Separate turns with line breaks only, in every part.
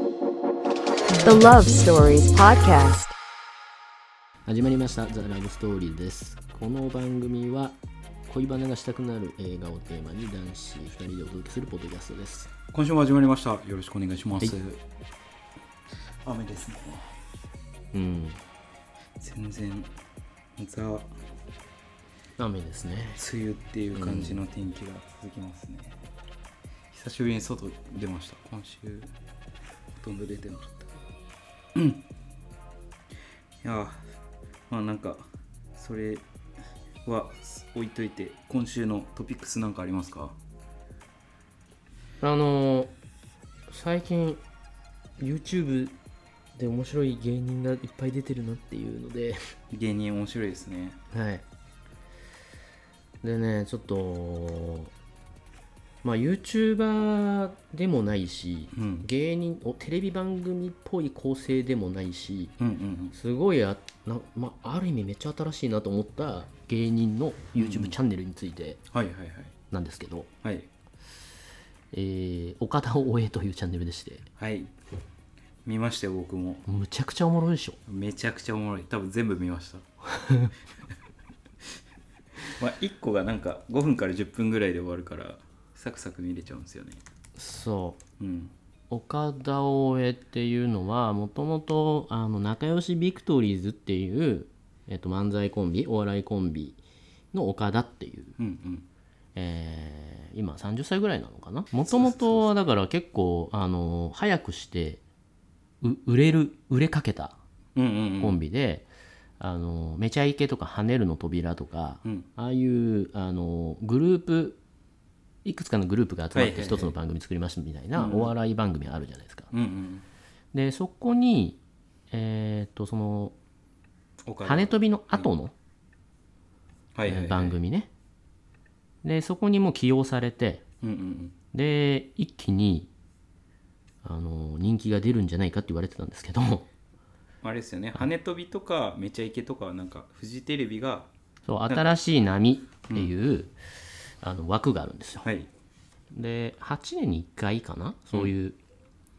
The Love Stories Podcast.
始まりました「ザ・ラブストーリーですこの番組は恋バナがしたくなる映画をテーマに男子2人でお届けするポッドキャストです
今週も始まりました。よろしくお願いします。
はい
雨ですね。
うん
全然、ザ、梅
雨ですね
雨っていう感じの天気が続きますね。久しぶりに外出ました。今週、ほとんど出てなかった。うん。いやー、まあなんか、それは置いといて、今週のトピックスなんかありますか
あのー最近 YouTube で面白い芸人がいっぱい出てるなっていうので
芸人面白いですね。
はいでねちょっとまあ YouTuber でもないし、
うん
芸人おテレビ番組っぽい構成でもないし、
うんうんうん。
すごいあな、まあ、ある意味めっちゃ新しいなと思った芸人の YouTube チャンネルについて
はいはい
なんですけど、
はい。はい。
えー岡田大江というチャンネルでして
はい見ましたよ僕も
むちゃくちゃおもろいでしょ
めちゃくちゃおもろい多分全部見ました まあ1個がなんか5分から10分ぐらいで終わるからサクサク見れちゃうんですよね
そう
うん
岡田大江っていうのはもともとあの仲良しビクトリーズっていう、えっと漫才コンビお笑いコンビの岡田っていう
うんうん
えー今30歳ぐらいなのかなもともとはだから結構あの早くしてう売れる売れかけた
うんうん
コンビで、あのめちゃイケとか跳ねるの扉とか、
うん
ああいうあのグループいくつかのグループが集ま
は
っ
い
て
はいはい
一つの番組作りましたみたいなお笑い番組あるじゃないですか。
うんうんうん
でそこにえーっとその
お金
跳ね飛びの後の
はいはい、はい、
番組ね、でそこにもう起用されて
うんうんうん
で一気にあの人気が出るんじゃないかって言われてたんですけ ど
あれですよね跳ね飛びとかめちゃイケとかはなんかフジテレビが
そう新しい波っていう、あの枠があるんですよ
はい
で8年に1回かなそういう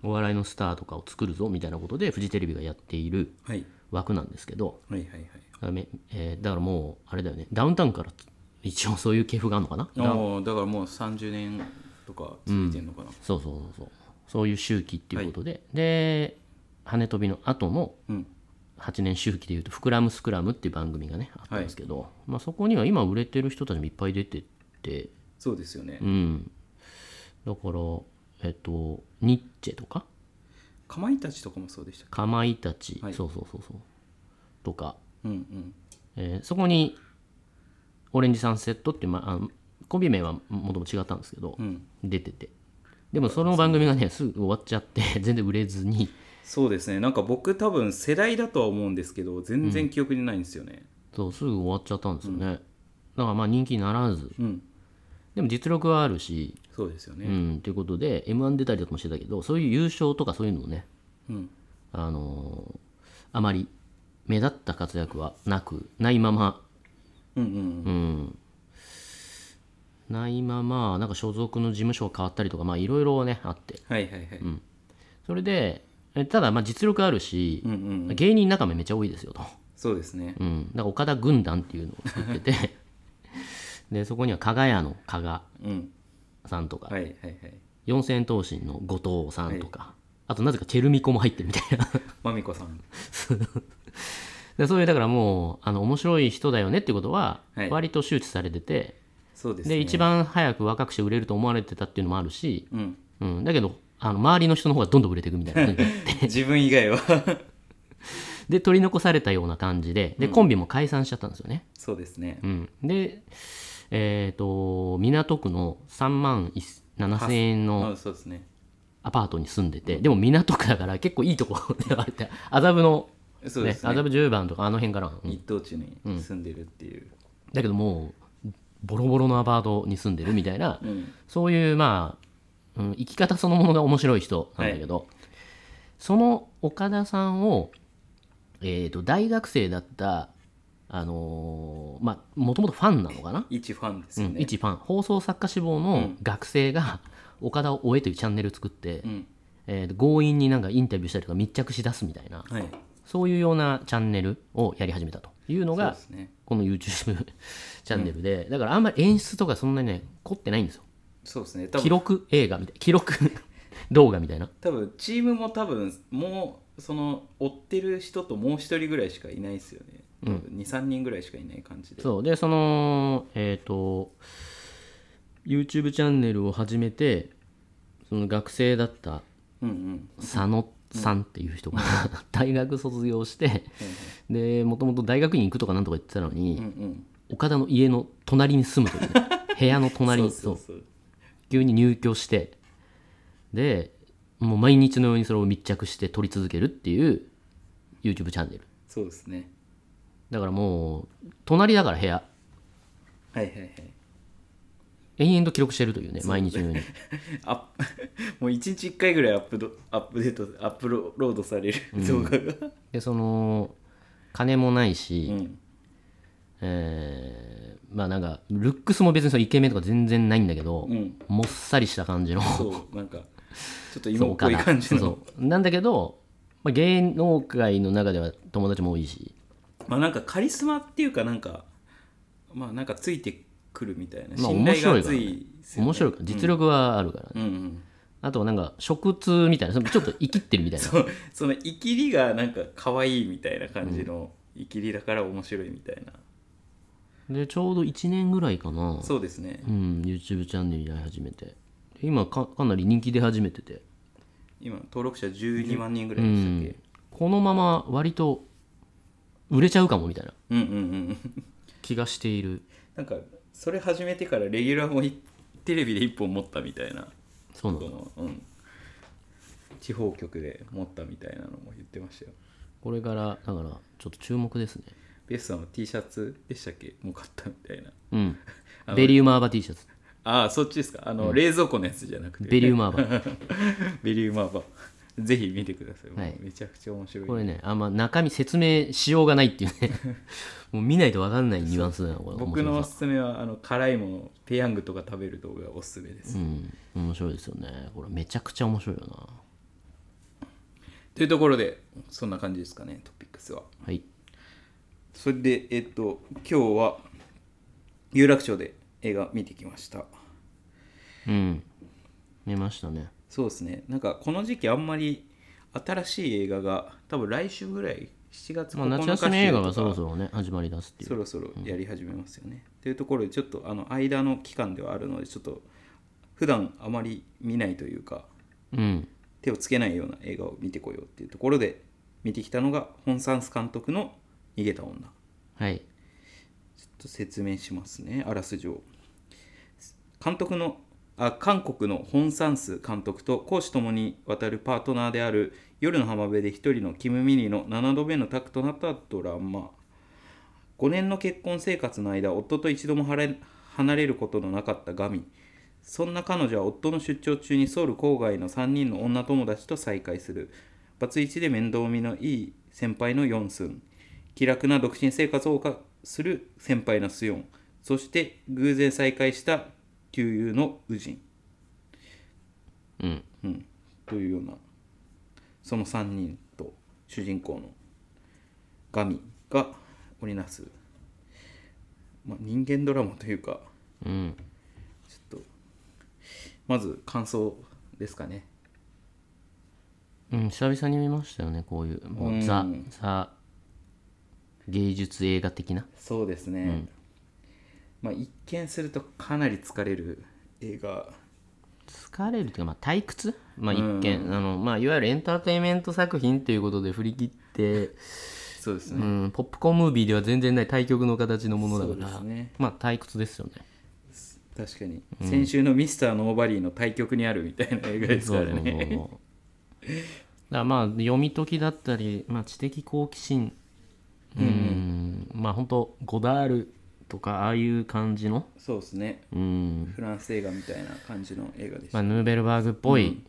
お笑いのスターとかを作るぞみたいなことでフジテレビがやっている
はい
枠なんですけど
はいはいはい
だからめえーだからもうあれだよねダウンタウンから一応そういう系譜があるのかな
おーだからもう30年とか続いてんのかな、
そうそうそうそうそういう周期っていうことで、で跳ね飛びの後の
うん
8年周期でいうと「膨らむスクラム」っていう番組がねあったんですけど、まあ、そこには今売れてる人たちもいっぱい出てて
そうですよね、
うんだからえっとニッチェとか
かまいたちとかもそうでしたっ
かまいたち、
はい
そうそうそうそうとか、
けうんうん
えーそこに「オレンジサンセット」っていう、まああの、コンビ名はもともと違ったんですけど、
うん
出ててでもその番組がねすぐ終わっちゃって 全然売れずに
そうですねなんか僕多分世代だとは思うんですけど全然記憶にないんですよね
そうすぐ終わっちゃったんですよね、だからまあ人気にならず
うん、
でも実力はあるし
そうですよ
う
ね
ん、ということで m 1出たりとかもしてたけどそういう優勝とかそういうのをね、
うん
あのーあまり目立った活躍はなくないまま
うんうんうん
ないままなんか所属の事務所が変わったりとかまあいろいろねあって
はいはいはいうん
それでえただまあ実力あるし、
うんうん
芸人仲間めっちゃ多いですよと、
そうですね
うん、だから岡田軍団っていうのを作って てでそこには加賀屋の加賀
うん
さんとか、
はいはいはい
四千頭身の後藤さんとか、あとなぜかチェルミコも入ってるみたい な
まみこさん
でそういうだからもうあの面白い人だよねってことは
はい
割と周知されてて、
そうです
で
ね
一番早く若くして売れると思われてたっていうのもあるし、
うん
うん、だけどあの周りの人の方がどんどん売れていくみたいな感じで
自分以外は
で取り残されたような感じででコンビも解散しちゃったんですよね、
そうですね
うん、でえっ、と港区の3万7000円の
あそうですね
アパートに住んでてでも港区だから結構いいとこではあって麻布の、
そうで
ね
すね
麻布10番とかあの辺からなの、うん
一等地に住んでるっていう
だけどもうボロボロのアパートに住んでるみたいな、
うん
そういうまあ、うん生き方そのものが面白い人なんだけど、その岡田さんを、えー、と大学生だったあのーまあもともとファンなのかな、
一ファンです
う
よ
ん、
ね
一ファン放送作家志望の学生が岡田を追えというチャンネル作って、
うん
えー強引になんかインタビューしたりとか密着しだすみたいな、
はい
そういうようなチャンネルをやり始めたというの
そうで
が
すね
この YouTube チャンネルで、だからあんまり演出とかそんなにね凝ってないんですよ
そうですね多
記
分
録映画みたい記録 動画みたいな
多分チームも多分もうその追ってる人ともう一人ぐらいしかいないですよね多分23人ぐらいしかいない感じで
そうでそのえっ、と YouTube チャンネルを始めてその学生だった
うんうん
佐野さんっていう人が 大学卒業してでもともと大学院行くとかなんとか言ってたのに、
うんうん
岡田の家の隣に住むという ね部屋の隣に
そう
そう
そうそう
急に入居してでもう毎日のようにそれを密着して撮り続けるっていう YouTube チャンネル
そうですね
だからもう隣だから部屋
はいはいはい
延々と記録してるというね毎日のように
あもう一日一回ぐらいアップドアップデートアップロードされる動画が、
でその金もないし、
うん
えーまあなんかルックスも別にそのイケメンとか全然ないんだけど、
うん
もっさりした感じ の
そうなんかちょっと
そう
芋っぽい
岡田
感じの
そうそうなんだけど、まあ、芸能界の中では友達も多いし
まあなんかカリスマっていうかなんかまあなんかついてくるみたいな
まあ
信頼が
面白
厚
いからね
いですよね
面白いから実力はあるからね、
うんうん
あとはなんか食通みたいなそのちょっと生きってるみたいな
そうそのイキリがなんか可愛いみたいな感じのイキリだから面白いみたいな、
でちょうど1年ぐらいかな
そうですね
うん、YouTube チャンネルやり始めてで今かかなり人気出始めてて
今登録者12万人ぐらいでしたっけ、
このまま割と売れちゃうかもみたいな
うん、うんうんうん
気がしている
なんかそれ始めてからレギュラーもいテレビで1本持ったみたいな
そうな
そ
の
の、うん、地方局で持ったみたいなのも言ってましたよ
これからだからちょっと注目ですね
ベスさんは T シャツでしたっけもう買ったみたいな
うんベリウムアーバ T シャツ
ああそっちですかあの、冷蔵庫のやつじゃなくて
ベリウムアーバ
ベリウマーバーぜひ見てください、
はい
めちゃくちゃ面白い
これねあんま中身説明しようがないっていうね もう見ないと分かんないニュアンスなのこれ
僕の
面白
お
さ
すすめはあの辛いものペヤングとか食べる動画がおすすめです、
うん面白いですよねこれめちゃくちゃ面白いよな
というところでそんな感じですかねトピックスは
はい
それでえっと今日は有楽町で映画見てきました
うん見ましたね
そうですねなんかこの時期あんまり新しい映画が多分来週ぐらい7月
まあ
9日
夏休み映画が
週と
そ
か
ろそろね始まりだすってい
そうろそろやり始めますよね。というところでちょっとあの間の期間ではあるのでちょっと普段あまり見ないというか
うん
手をつけないような映画を見てこようっていうところで見てきたのがホン・サンス監督の「逃げた女」ちょ
はい
っと説明しますねあらすじを。監督のあ韓国のホン・サンス監督と公私ともに渡るパートナーである夜の浜辺で一人のキム・ミリの7度目のタクとなったドラマ5年の結婚生活の間夫と一度も離れ離れることのなかったガミそんな彼女は夫の出張中にソウル郊外の3人の女友達と再会するバツイチで面倒見のいい先輩のヨンスン気楽な独身生活を謳歌する先輩のスヨンそして偶然再会した旧友のウジン、
うん
うん、というようなその3人と主人公のガミが織りなす、まあ、人間ドラマというか
うん
ちょっとまず感想ですかね
うん、久々に見ましたよねこういうもうザ、ザ芸術映画的な
そうですね、まあ一見するとかなり疲れる映画
疲れるというか、まあ、退屈、まあ、一見、あのまあ、いわゆるエンターテインメント作品ということで振り切って、
そうです
う
ね、
ん、ポップコーンムービーでは全然ない対局の形のものだか
そ
ら、
うですね
まあ退屈ですよね
確かに、先週の「ミスターノーバリー」の対局にあるみたいな映画ですからね
そうそうそうだからまあ読み解きだったり、まあ、知的好奇心うん、まあ本当ゴダールとかああいう感じの、
そうですね
うん
フランス映画みたいな感じの映画でし
ま
た、
あ、ヌーベルバーグっぽい、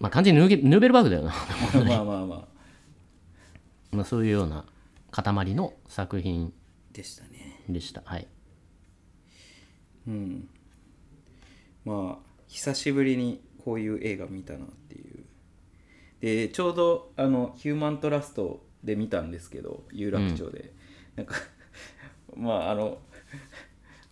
まあ完全にヌーゲヌーベルバーグだよな
まあまあまあ
まあそういうような塊の作品
でしたね
でしたはい
うんまあ久しぶりにこういう映画見たなっていうでちょうどあのヒューマントラストで見たんですけど有楽町で、なんか まああの、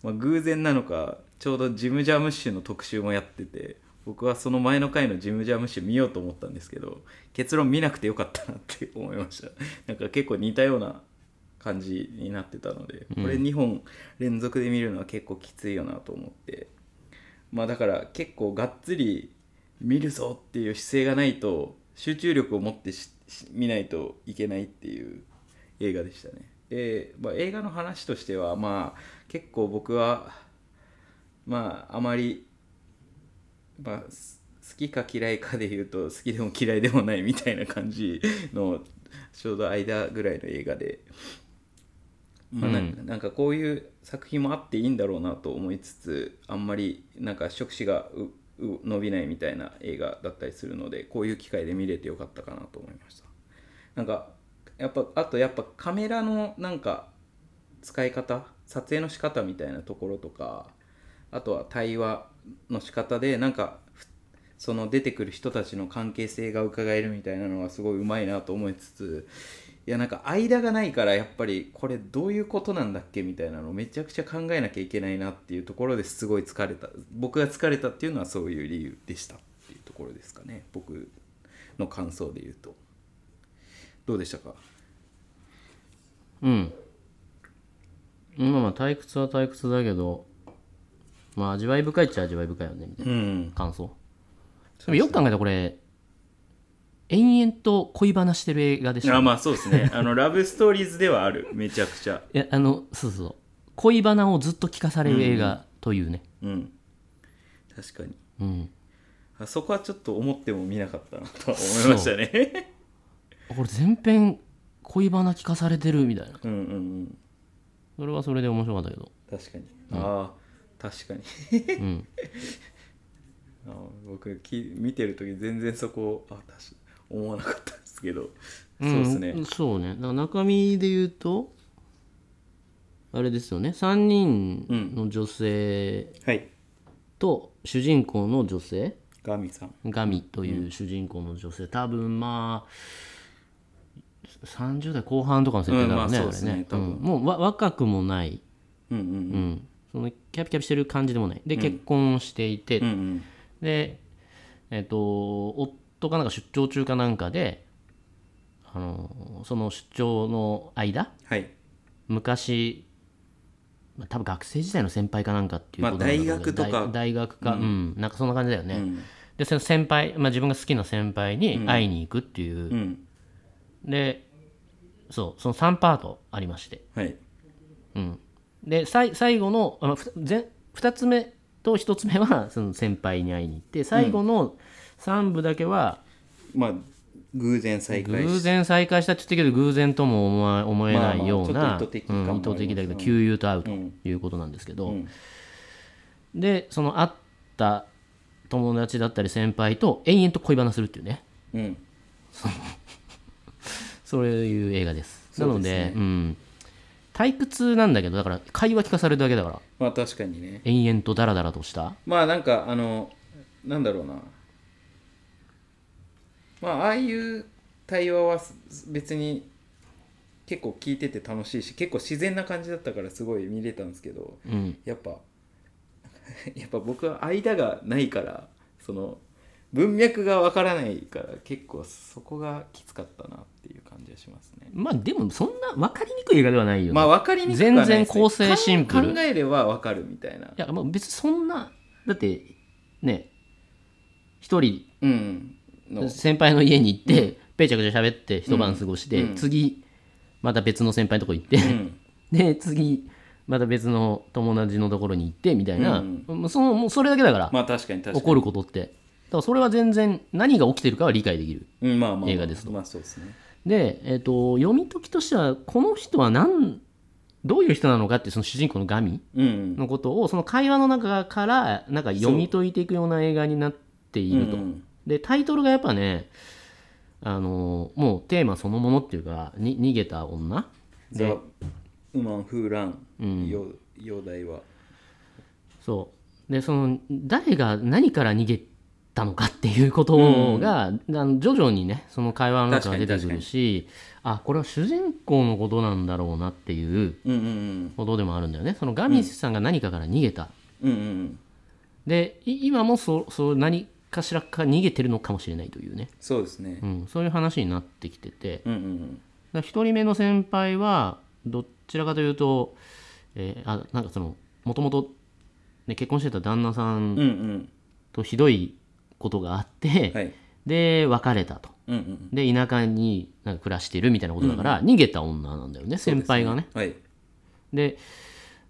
まあ、偶然なのかちょうどジム・ジャームッシュの特集もやってて僕はその前の回のジム・ジャームッシュ見ようと思ったんですけど結論見なくてよかったなって思いました なんか結構似たような感じになってたのでこれ2本連続で見るのは結構きついよなと思って、まあだから結構がっつり見るぞっていう姿勢がないと集中力を持ってしし見ないといけないっていう映画でしたね。で、まあ、映画の話としてはまあ結構僕はまああまり、まあ、す好きか嫌いかで言うと好きでも嫌いでもないみたいな感じのちょうど間ぐらいの映画で。まあな
うん
なんかこういう作品もあっていいんだろうなと思いつつあんまりなんか触手がうう伸びないみたいな映画だったりするのでこういう機会で見れてよかったかなと思いましたなんかやっぱあとやっぱカメラのなんか使い方撮影の仕方みたいなところとかあとは対話の仕方でなんかふその出てくる人たちの関係性が伺えるみたいなのがすごいうまいなと思いつついやなんか間がないからやっぱりこれどういうことなんだっけみたいなのをめちゃくちゃ考えなきゃいけないなっていうところですごい疲れた僕が疲れたっていうのはそういう理由でしたっていうところですかね僕の感想で言うとどうでしたか
うん。まあまあ退屈は退屈だけど、まあ味わい深いっちゃ味わい深いよね、みたいな
うん
感想。でもよく考えたらこれ、延々と恋話してる映画でしょ。
あまあそうです ねあのラブストーリーズではあるめちゃくちゃ
いや、あの、そうそうそう。恋バナをずっと聞かされる映画というね。
うん確かに
うん。
あそこはちょっと思っても見なかったなとは思いましたね
これ全編恋バナ聞かされてるみたいな。
うんうんうん
それはそれで面白かったけど。
確かに、ああ確かに
うん。
あー僕き見てる時全然そこあ確か思わなかったですけど、そうですね
んそうね。だから中身で言うと、あれですよね。3人の女性
はい
と主人公の女性、
ガミさん
ガミという主人公の女性、多分まあ、30代後半とかの設定だろうね、
うんまあ
あ
そうで
れ
すね
ね。
多分
うんもうわ若くもない、
うんうんう
うんんそのキャピキャピしてる感じでもない。で、結婚していて、
うんうん
で、えっ、と、夫がなんか出張中かなんかで、あのその出張の間、
はい
昔、まあ、多分学生時代の先輩かなんかっていう
まあ
ことなんだろうけど
大学とか
大大学か、うんなんかそんな感じだよね、
ん
でその先輩、まあ、自分が好きな先輩に会いに行くっていう
う、ん
でそうその3パートありまして
はい
でさい最後のあのふ前2つ目と1つ目はその先輩に会いに行って最後の3部だけは
まあ偶然再会
偶
し
然再会したって言ってるけど偶然とも思わ思えないような、
まあまあちょっと意図的感もあ
うん意
ります
図的だけど旧友と会うということなんですけど、
ん
でその会った友達だったり先輩と延々と恋バナするっていうね
うん
そういう映画ですな
そう
の
で
です
ね
うん、退屈なんだけどだから会話聞かされるだけだから
まあ確かにね
延々とダラダラとした
まあなんかあのなんだろうなまあああいう対話はす別に結構聞いてて楽しいし結構自然な感じだったからすごい見れたんですけど
うん
やっぱ やっぱ僕は間がないからその文脈がわからないから結構そこがきつかったなっていう感じがしますね。
まあでもそんな分かりにくい映画ではないよね、
まあ分かりにくくはないです、ね、
全然構成シンプル。
考えればわかるみたいない
やまあ別にそんなだってね一人
うん。の
先輩の家に行って、ペイちゃくちゃ喋って一晩過ごして、次また別の先輩のとこ行って、
ん
で次また別の友達のところに行ってみたいな、
うん
もうそのもうそれだけだから、
まあ確かに確かに。
起こることってだからそれは全然何が起きてるかは理解できる
うん、まあまあまあ
映画ですと
まあそうですね。
で、えっと読み解きとしてはこの人は何どういう人なのかっていうその主人公のガミ
うんうん、
のことをその会話の中からなんか読み解いていくような映画になっていると、
うん
でタイトルがやっぱねあのーもうテーマそのものっていうかに逃げた女
ザ・ウーマン・フーラン、よ容体は。
そうでその誰が何から逃げったのかっていうことが、あの徐々にねその会話の中が出てくるしあこれは主人公のことなんだろうなっていう
うんうん
ことでもあるんだよねそのガミスさんが何かから逃げた、
うんうんうん
でい今もそうそう何かしらから逃げてるのかもしれないというね、
そうですね
うん、そういう話になってきてて
うんうん
だから1人目の先輩はどちらかというと、えーあなんかそのもともと結婚してた旦那さ
うんうんん
とひどいことがあって、
うんはい
で別れたと
うんうん
で田舎になんか暮らしてるみたいなことだから、逃げた女なんだよね先輩がね
はい
で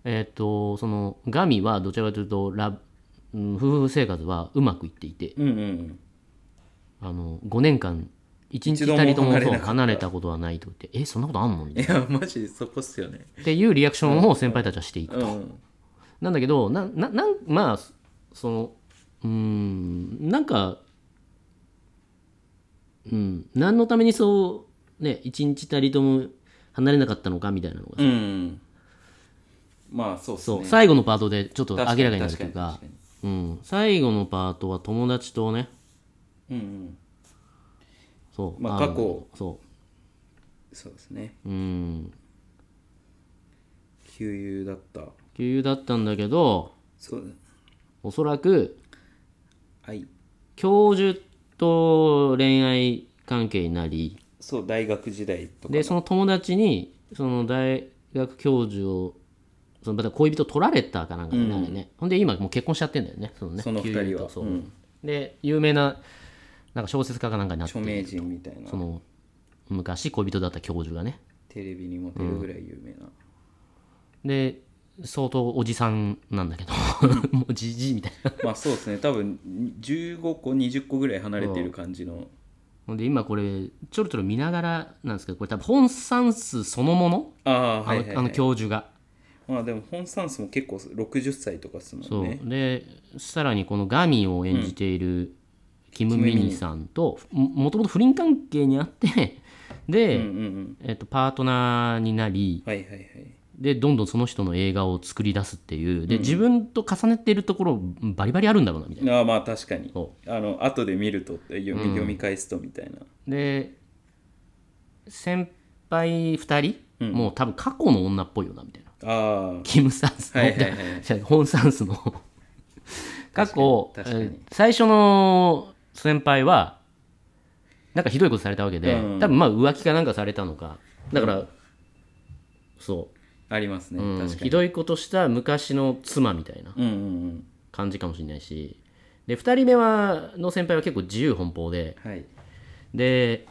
えっ、とそのガミはどちらかというとラブ、うん夫婦生活はうまくいっていて
うんうんうん
あの5年間一日
一度も
たりとも
離れな
そう
かった
離れたことはないと言ってえそんなことあんのみたい
いやマジでそこっすよね
なっていうリアクションを先輩たちはしていく
うんうん
なんだけどなななんまあそのうーんなんかうん何のためにそうね一日たりとも離れなかったのかみたいなのが、
うんうんまあそうっす
そう、
ね
最後のパートでちょっと明らか
確かに
になるというか
確かに
うん、最後のパートは友達とね
うんうん
そう、
まあ
の
過去
そ
そうですね
ううん
旧友だった
給油だったんだけど
そう
おそらく
はい
教授と恋愛関係になり
そう大学時代とか
でその友達にその大学教授をそのまた恋人取られたかなんかだよね、あれねほんで今もう結婚しちゃってんだよねそのね
その二人は
旧友とそう、
うん
で有名ななんか小説家かなんかになって
著名人みたいな
その昔恋人だった教授がね
テレビにも出るぐらい有名な、
で相当おじさんなんだけど もうじじいみたいな
まあそうですね多分15個20個ぐらい離れてる感じの
ほんで今これちょろちょろ見ながらなんですけどこれ多分本算数そのもの
ああ
あの,、
はいはい、はい、
あの教授が
まあでも本サンスも結構60歳とかっすも
そ
ん
う、
ね
でさらにこのガミを演じているキム・ミニさんとももともと不倫関係にあってで、
うんうん
えっとパートナーになり
はいはいはい
でどんどんその人の映画を作り出すっていうで、自分と重ねているところバリバリあるんだろうなみたいな。
ああまあ確かに
そ
あの後で見るとって読み,、読み返すとみたいな
で先輩2人、もう多分過去の女っぽいよなみたいな
あ
キム・サンスの、
はいはいはい
じゃあホン・サンスの過去
確かに
えー最初の先輩はなんかひどいことされたわけで、
うん
多分まあ浮気かなんかされたのかだから、そ
あありますね、
う、うん
確か
ひ
に
どいことした昔の妻みたいな
うんうん
感じかもしれないしで2人目はの先輩は結構自由奔放で
うんはい
で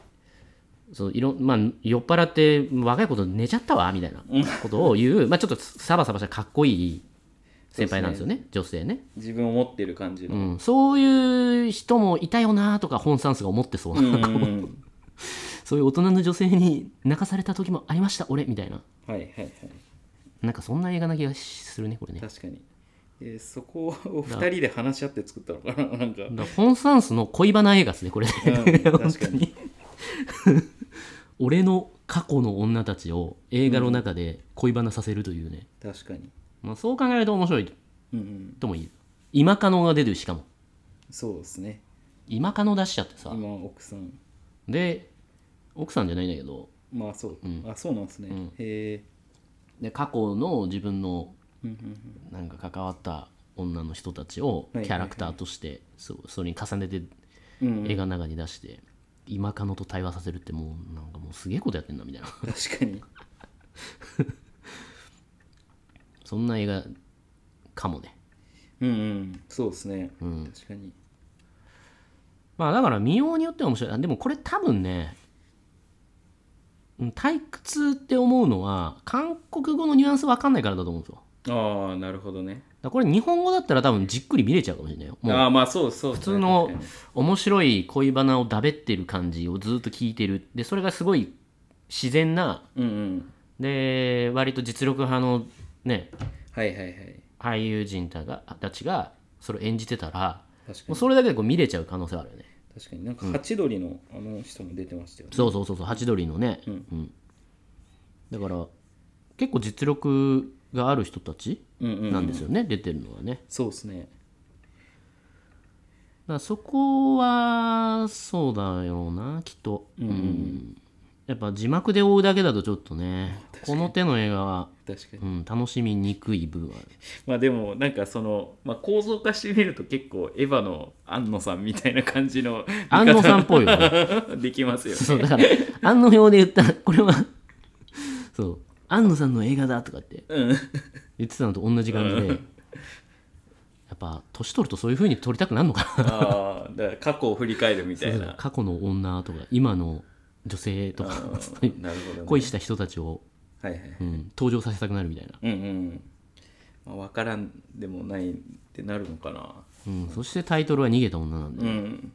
そういろんまあ、酔っ払って若いこと寝ちゃったわみたいなことを言う、まあ、ちょっとサバサバしたかっこいい先輩なんですよね女性ね、
自分を持ってる感じ
う
の、
ん、そういう人もいたよなとか本サンスが思ってそうな、
うんうんうん、
そういう大人の女性に泣かされた時もありました俺みたいな
はいはいはい
なんかそんな映画な気がするねこれねだか
確かに、えーそこを2人で話し合って作ったのかななんから
本サンスの恋バナ映画ですねこれね、
うん確かに
俺の過去の女たちを映画の中で恋バナさせるというね、
確かに
まあ、そう考えると面白い
うんうん
とも言える今カノが出てるしかも
そうですね
今カノ出しちゃってさ
今奥さん
で奥さんじゃないんだけど
まあそう、あそうなんですね、へえ
で過去の自分の
うんうん
なんか関わった女の人たちをキ
はいはいはい
ャラクターとしてそうそれに重ねて
うん
映画の中に出して今カノと対話させるってもうなんかもうすげえことやってんなみた いな
うん確かに
そんな映画かもね
うんうんそうですね、確かに
まあだから見ようによっては面白いあでもこれ多分ねうん退屈って思うのは韓国語のニュアンス分かんないからだと思うんですよだか
ああなるほどね
らこれ日本語だったら多分じっくり見れちゃうかもしれないよもう
ああまあそうそう普
普通の面白い恋バナをだべってる感じをずっと聞いてるでそれがすごい自然な
うんうん
で割と実力派のね
はいはいはい
俳優陣たがたちがそれを演じてたら
確か
もう
に
それだけでこう見れちゃう可能性はあるよね
確かになんかハチドリのあの人も出てましたよね、
そうそうそうそうハチドリのね、うんだから結構実力がある人たち
うん、うん
なんですよね、出てるのはね
そうですね
からそこはそうだよなきっと、うんやっぱ字幕で追うだけだとちょっとねこの手の映画は、
確かに
うん、楽しみにくい部分はある
まあでもなんかその、まあ、構造化してみると結構エヴァの安野さんみたいな感じの
安野さんっぽいよね
できますよね
そうだから安野表で言ったこれはそう安野さんの映画だとかって
うん
言ってたのと同じ感じで、やっぱ年取るとそういう風に撮りたくなるのかな
あーだから過去を振り返るみたいな
過去の女とか今の女性とか
あー
そういう
なるほど、ね、
恋した人たちを、
はいはい
うん、登場させたくなるみたいな、
うんうん、まあ、分からんでもないってなるのかな
うん、そしてタイトルは「逃げた女」なんで、
うん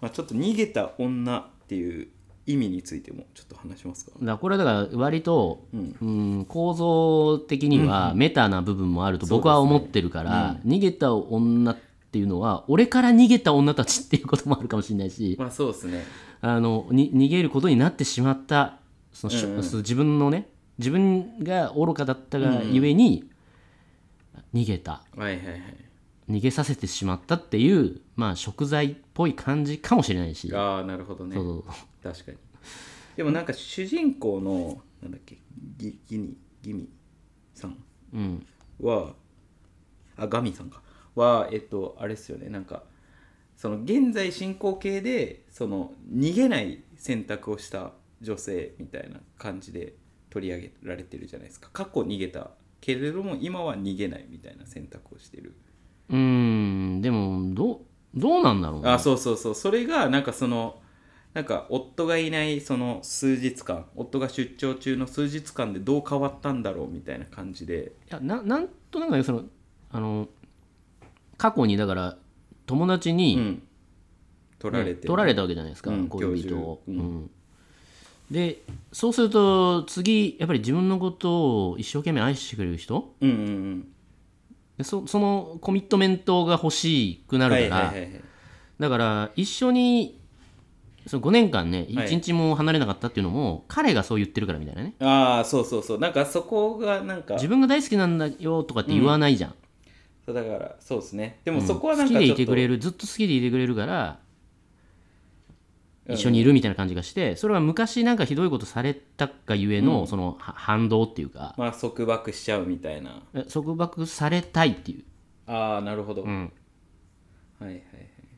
まあ、ちょっと逃げた女っていう意味についてもちょっと話しますか
だからこれはだから割と、
う
うんん構造的にはメタな部分もあると僕は思ってるから、逃げた女っていうのは俺から逃げた女たちっていうこともあるかもしれないし
まあそうですね
あのに逃げることになってしまったそのしょ、
うんうん
その自分のね自分が愚かだったがゆえに、逃げた
はいはいはい
逃げさせてしまったっていうまあ食材っぽい感じかもしれないし、
ああなるほどね
そうそう
確かにでもなんか主人公のなんだっけギギニギミさん
うん、
はあガミさんかはえっとあれですよねなんかその現在進行形でその逃げない選択をした女性みたいな感じで取り上げられてるじゃないですか過去逃げたけれども今は逃げないみたいな選択をしてる
うーんでもどうどうなんだろうね
あそうそうそうそれがなんかそのなんか夫がいないその数日間夫が出張中の数日間でどう変わったんだろうみたいな感じで
いやななんとなくねそのあの過去にだから友達に、
うん取られてる、
取られたわけじゃないですか、
うん
恋人を、う
教授
んでそうすると次やっぱり自分のことを一生懸命愛してくれる人
うんうんうん
でそそのコミットメントが欲しくなるから、
はいはいはいはい
だから一緒にその5年間ね
はい
1日も離れなかったっていうのも、彼がそう言ってるからみたいなね
ああそうそうそうなんかそこがなんか
自分が大好きなんだよとかって言わないじゃん、
そうだからそうですねでもそこはな
好
ん
き
か
で
ち
い
ょっと
てくれるずっと好きでいてくれるから一緒にいるみたいな感じがしてそれは昔なんかひどいことされたがゆえの、そのは反動っていうか
まあ束縛しちゃうみたいな
え束縛されたいっていう、
ああなるほど、
ん
はいはいはい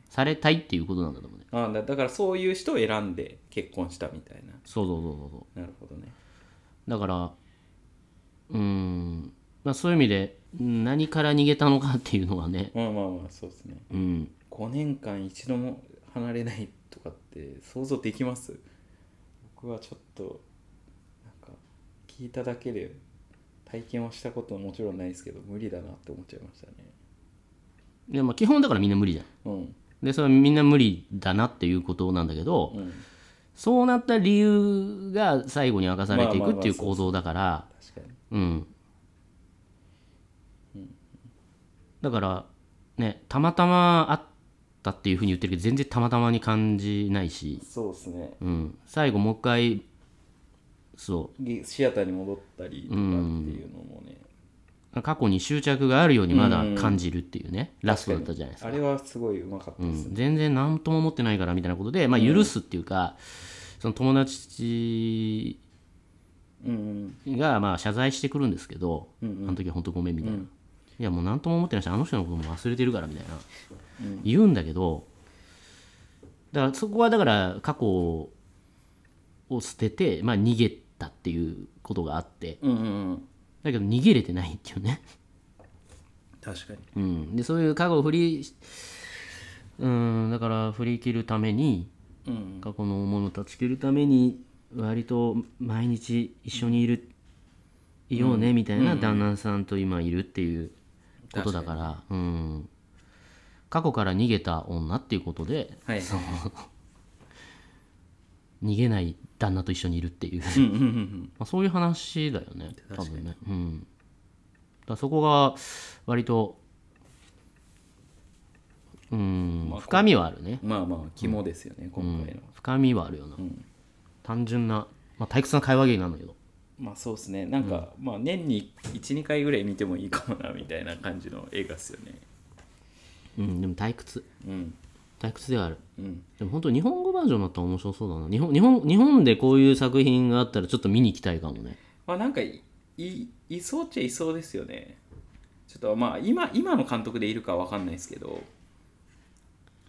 されたいっていうことなんだと思うね
あーだだからそういう人を選んで結婚したみたいな
そうそうそうそうそ
なるほどね
うだからうーん、まあ、そういう意味でうん何から逃げたのかっていうのはね
まあまあまあそうですね
うん
5年間一度も離れないとかって想像できます僕はちょっとなんか聞いただけで体験はしたことはもちろんないですけど無理だなって思っちゃいましたね
で、まあ、基本だからみんな無理じゃん
うん
でそれはみんな無理だなっていうことなんだけど、
うん
そうなった理由が最後に明かされてい
まあま
くっ
あまあ
ていう構造だから、
確かに
うん。だから、ね、たまたまあったっていうふうに言ってるけど、全然たまたまに感じないし、
そうですね
うん。最後もう一回、そ
ぎシアターに戻ったりとかっていうのもね、
う、過去に執着があるようにまだ感じるっていうね、ラストだったじゃないですか。
あれはすごいうまかったですね、
うん全然何とも思ってないからみたいなことで、まあ、許すっていうか、その友達
うんうん
がまあ謝罪してくるんですけど、
うん
あの時は本当ごめんみたいな、いやもう何とも思ってないしあの人のことも忘れてるからみたいな、言うんだけどだからそこはだから過去を捨てて、まあ、逃げたっていうことがあって
うんうんうん
だけど逃げれてないっていうね、
確かに
うん、でそういう過去を振りうんだから振り切るために
うん
過去のものを断ち切るために割と毎日一緒にいる、いようねみたいな旦那さんと今いるっていうことだから、うん、過去から逃げた女っていうことで
はい
逃げない旦那と一緒にいるっていう
うんうんうんうん
まあそういう話だよね多
確か
分ね、うん、だからそこが割とうん、
まあ
深みはあるね
まあまあ肝ですよね、今回の
深みはあるよな、
ん
単純な、まあ、退屈な会話芸なんだけど
まあそうですねなんか、まあ年に12回ぐらい見てもいいかもなみたいな感じの映画っすよね
うん、でも退屈
うん
退屈ではある
うん
でも本当日本語バージョンだったら面白そうだな日本日本日本でこういう作品があったらちょっと見に行きたいかもね
まあなんかいいいそうっちゃいそうですよねちょっとまあ今今の監督でいるかわかんないですけど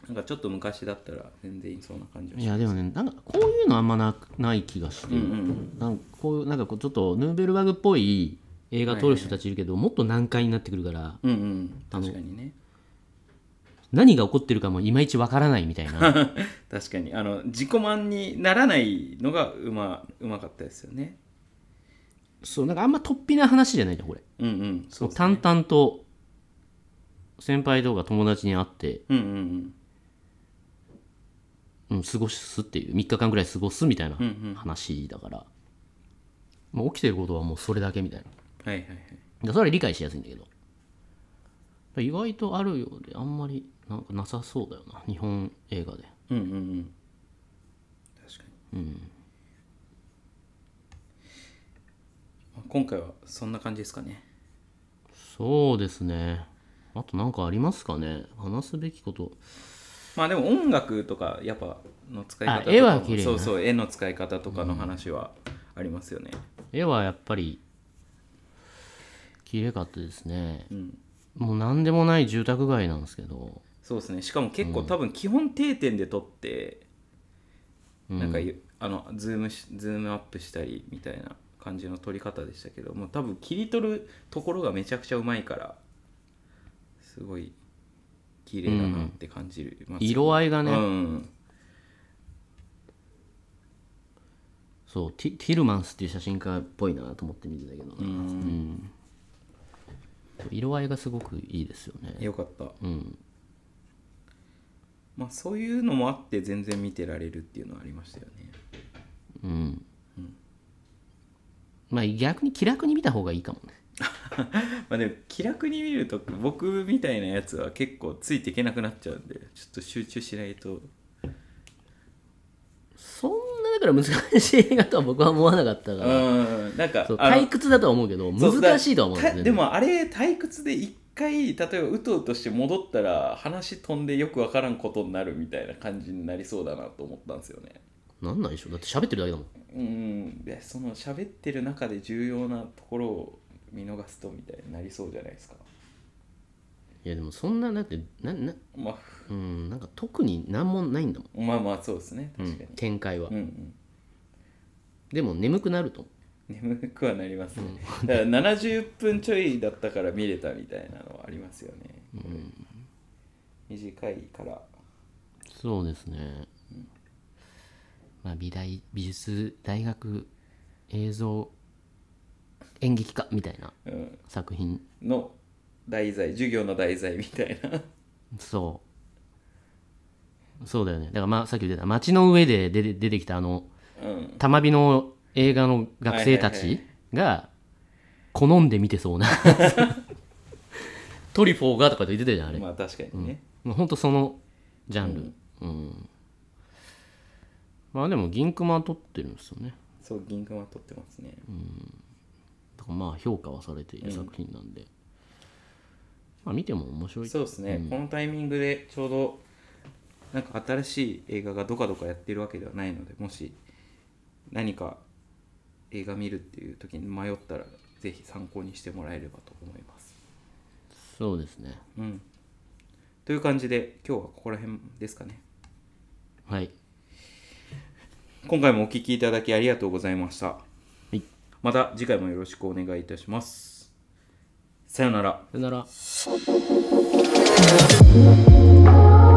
なんかちょっと昔だったら全然いそうな感じはいしま
や
す
でもねなんかこういうのあんまなない気がして、
うんうん
なんかこういうなんかこうちょっとヌーベルバグっぽい映画撮る人たちいるけど、もっと難解になってくるから
うんうん確かにね
何が起こってるかもいまいちわからないみたいな
確かにあの自己満にならないのがうまうまかったですよね
そうなんかあんま突飛な話じゃないじゃんこれ
うんうんそうですね
淡々と先輩とか友達に会って、
うんうん
うん、過ごすっていう3日間ぐらい過ごすみたいな
うんうん
話だから、もう起きてることはもうそれだけみたいな
うんはいはいはい
でそれは理解しやすいんだけど意外とあるようであんまりなんかなさそうだよな日本映画で
うんうんうん確かに、まあ今回はそんな感じですかね
そうですねあと何かありますかね話すべきこと
まあでも音楽とかやっぱの使い方とか
あ絵は綺麗な
そうそう絵の使い方とかの話はありますよね、
絵はやっぱり綺麗かったですね、
ん
もう何でもない住宅街なんですけど
そうですねしかも結構多分基本定点で撮って、なんかゆあのズームしズームアップしたりみたいな感じの撮り方でしたけどもう多分切り取るところがめちゃくちゃうまいからすごい綺麗だなって感じる、ます
色合いがね、
うん
そうティティルマンスっていう写真家っぽいなと思って見てたけどな、うん色合いがすごくいいですよね
よかった、
うん
まあ、そういうのもあって全然見てられるっていうのはありましたよね
まあ逆に気楽に見た方がいいかもね
まあでも気楽に見ると僕みたいなやつは結構ついていけなくなっちゃうんでちょっと集中しないと
そんなだから難しい映画とは僕は思わなかったから、
うんなんか
そう
あの
退屈だとは思うけど
そう
難しいとは思う
だ
ん
か
ですね
らたでもあれ退屈で一回例えばうとうとして戻ったら話飛んでよくわからんことになるみたいな感じになりそうだなと思ったんですよね
なんないでしょだって喋ってるだけだもん
うんでその喋ってる中で重要なところを見逃すとみたいになりそうじゃないですか
いやでもそんなだってなな
まあ
うんなんか特に何もないんだもん
まあまあそうですね
う
確
ん
かに、
展開は、
うんうん
でも眠くなると思
眠くはなりますね、だから70分ちょいだったから見れたみたいなのはありますよね、短いから
うそうですね、まあ、美大美術大学映像演劇科みたいな
うん
作品
の題材授業の題材みたい な
そうそうだよねだから、まあ、さっき言ってた街の上で出て出てきたあの
うん
たまびの映画の学生た
はいはい
ちが好んで見て そうなトリフォーがとか言ってたじゃんあれ、
まあ確かにね、
まあ、ほんとそのジャンルうん、まあでも銀熊は撮ってるんですよね
そう銀河は撮ってますね、
だからまあ評価はされている作品なんで、まあ見ても面白い
そうですね、このタイミングでちょうどなんか新しい映画がどかどかやってるわけではないのでもし何か映画見るっていう時に迷ったらぜひ参考にしてもらえればと思います
そうですね
うん。という感じで、今日はここら辺ですかね。
はい
今回もお聞きいただきありがとうございました。
はい
また次回もよろしくお願いいたします。さよなら。
さよなら